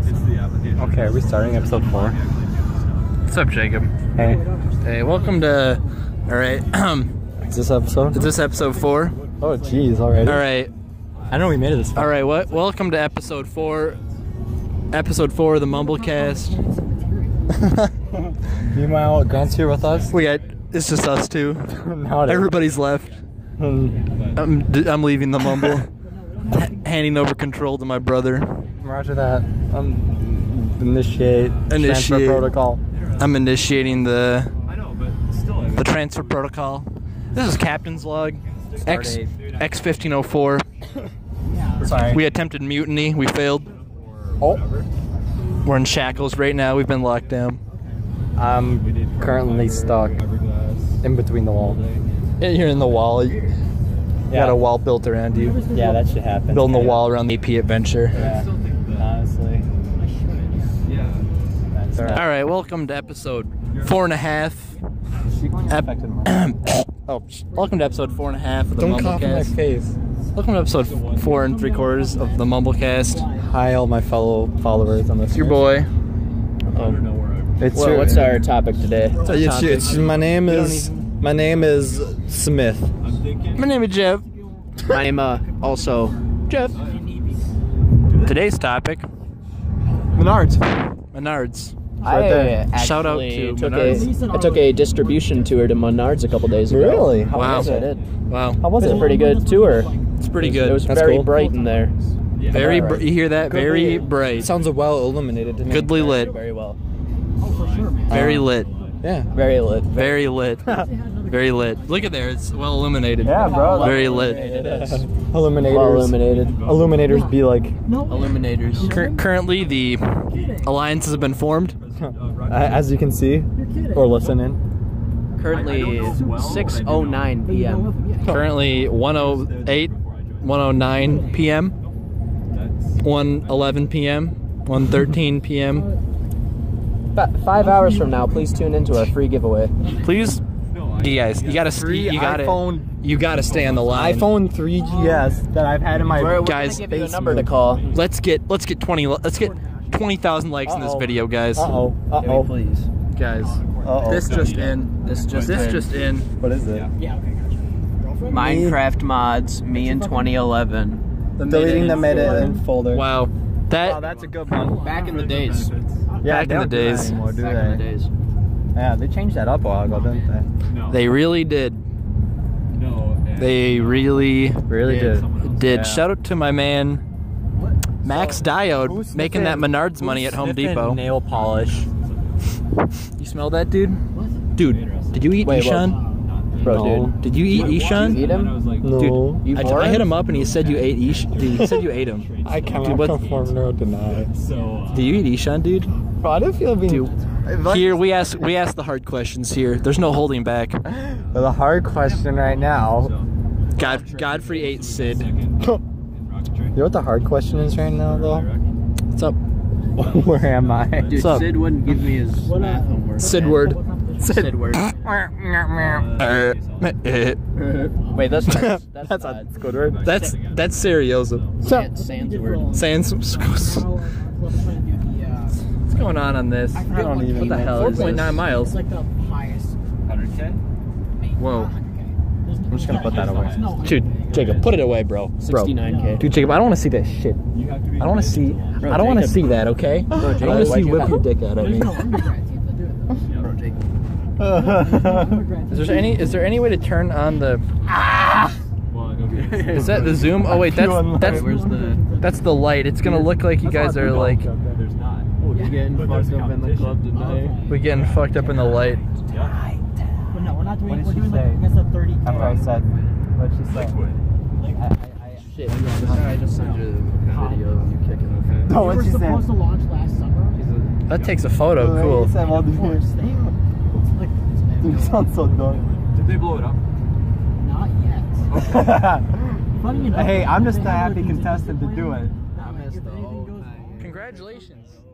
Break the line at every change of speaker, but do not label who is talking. application.
Okay, are we starting episode four?
What's up, Jacob?
Hey,
Hey, welcome to. All right,
is this episode?
is this episode four?
Oh, jeez, already.
All right,
I don't know we made it this far.
all right. What? Welcome to episode four. Episode four of the Mumblecast.
Meanwhile, Grant's here with us.
We got. It's just us two.
Now it is.
Everybody's left.
Hmm,
I'm. d- I'm leaving the Mumble. H- handing over control to my brother.
Roger that. Um, initiate. Transfer
Initiate.
protocol.
I'm initiating the
I know, but still, I mean,
the transfer protocol. This is Captain's log. X
Stardate.
X fifteen oh four.
Sorry.
We attempted mutiny. We failed.
oh,
We're in shackles right now. We've been locked down.
I'm currently stuck
fiberglass.
in between the wall.
And you're in the wall. You
Yeah.
got a wall built around you.
Yeah, that should happen.
Building the wall around the AP adventure.
Yeah. Honestly.
Yeah.
That's
All
All right, welcome to episode four and a half. Ep- oh, sh- welcome to episode four and a half of the
Don't cough in my
Mumblecast.
face.
Welcome to episode f- four and three quarters of the Mumblecast.
Hi, all my fellow followers on this.
It's your boy.
It's
Well,
your,
what's our topic today?
It's, your- it's, my name is my name is Smith.
My name is Jeff.
I'm uh, also
Jeff. Today's topic:
Menards.
Menards.
right there.
I
Shout out
actually
to
took
Menards.
a, I took a distribution tour to Menards a couple days ago.
Really? How
Wow.
Yes, I did.
Wow,
How was
It was a
it?
pretty good tour.
it's pretty
It was
good.
That's
very
cool.
bright in there.
Very,
Alright.
br- you hear that? Very
Good. It
bright,
sounds well illuminated to me.
goodly lit,
Very well.
very lit,
Yeah.
Very lit.
very lit, very lit. Look at there, it's well illuminated.
Yeah, bro.
Very lit.
It is.
Illuminators.
Well illuminated.
Illuminators be like.
Illuminators.
Cur- currently, the alliances have been formed.
As you can see, or listen in.
Currently, 6:09
p.m.
Currently, 108, 109 p.m., 111 p.m., 113 p.m.
five hours from now, please tune into our free giveaway.
Please, you guys, you gotta,
Free
you gotta,
iPhone-
you gotta stay on the line.
iPhone 3GS that I've had in my.
We're, we're
Guys,
gonna give you a
face
number to
move.
call.
Let's get, let's get 20, li- let's get 20,000 likes in this
Uh-oh.
video, guys.
Uh oh. Uh oh.
please.
Guys,
Uh-oh.
this just in.
This just
This
in.
just in.
What is it?
Minecraft mods, me in 2011.
Deleting the meta in folder.
Wow, that
Oh, that's a good one.
Back in the days.
Yeah, they don't
Back in the
do that
days.
anymore, do
Back in the
they?
days.
Yeah, they changed that up a while ago, didn't they?
they really did.
No.
They really
Really did.
did.
Yeah.
Shout out to my man Max Diode making that Menards money at Home Depot.
Nail polish.
You smell that, dude? Dude, did you eat
Wait,
Ishan?
Bro,
No.
dude.
Did you eat Ishan?
Eat him?
No.
Dude, I, t- I hit him up and he said you ate Ishan. Dude, he said you ate him.
I cannot
Dude, what-
conform nor deny.
Do you eat Ishan, dude?
Bro, I don't feel being.
Here we ask we ask the hard questions here. There's no holding back.
the hard question right now.
God Godfrey ate Sid.
You know what the hard question is right now, though?
What's up?
Where am I?
What's up? Sid,
wouldn't give me his math homework.
word.
Sid word.
Uh, eh.
Wait, that's that's, that's,
That's
not-
a good word.
that's that's Serioza.
San- Sans word.
Sans. What's going on on this?
I don't even
What the
know.
hell is this? 4.9 miles.
like the highest.
110.
Ah,
Whoa.
I'm
just gonna put that away.
Dude, Jacob, put it away, bro. Bro.
69k.
Dude, Jacob, I don't want to see that shit.
You have to be.
I don't want to see. I don't want to
Jacob.
see that. Okay. I don't want to
Jacob,
see you
why'd
whip your dick out at me. Oh, Is there any? Is there any way to turn on the? Is that the zoom? Oh wait, that's that's
Where's the?
that's the light. It's gonna look like you guys are like
There's not.
We're getting fucked up in the club today.
we getting fucked up in the light.
No, we're not doing.
What did
we're
she
doing like
say?
I guess a 30.
After I said what she said.
Shit, I just sent you a video of you kicking
No,
we
what
were
she
supposed
said.
to launch last summer.
That takes a photo. Cool.
She said, well,
Of course,
dude,
they- it's like this,
you
man.
sound so dumb.
Did they blow it up?
Not yet. Funny enough,
hey, I'm just
they
the
have
happy
a contingency
contestant to
plan
do it.
that, like, if anything goes wrong,
Congratulations.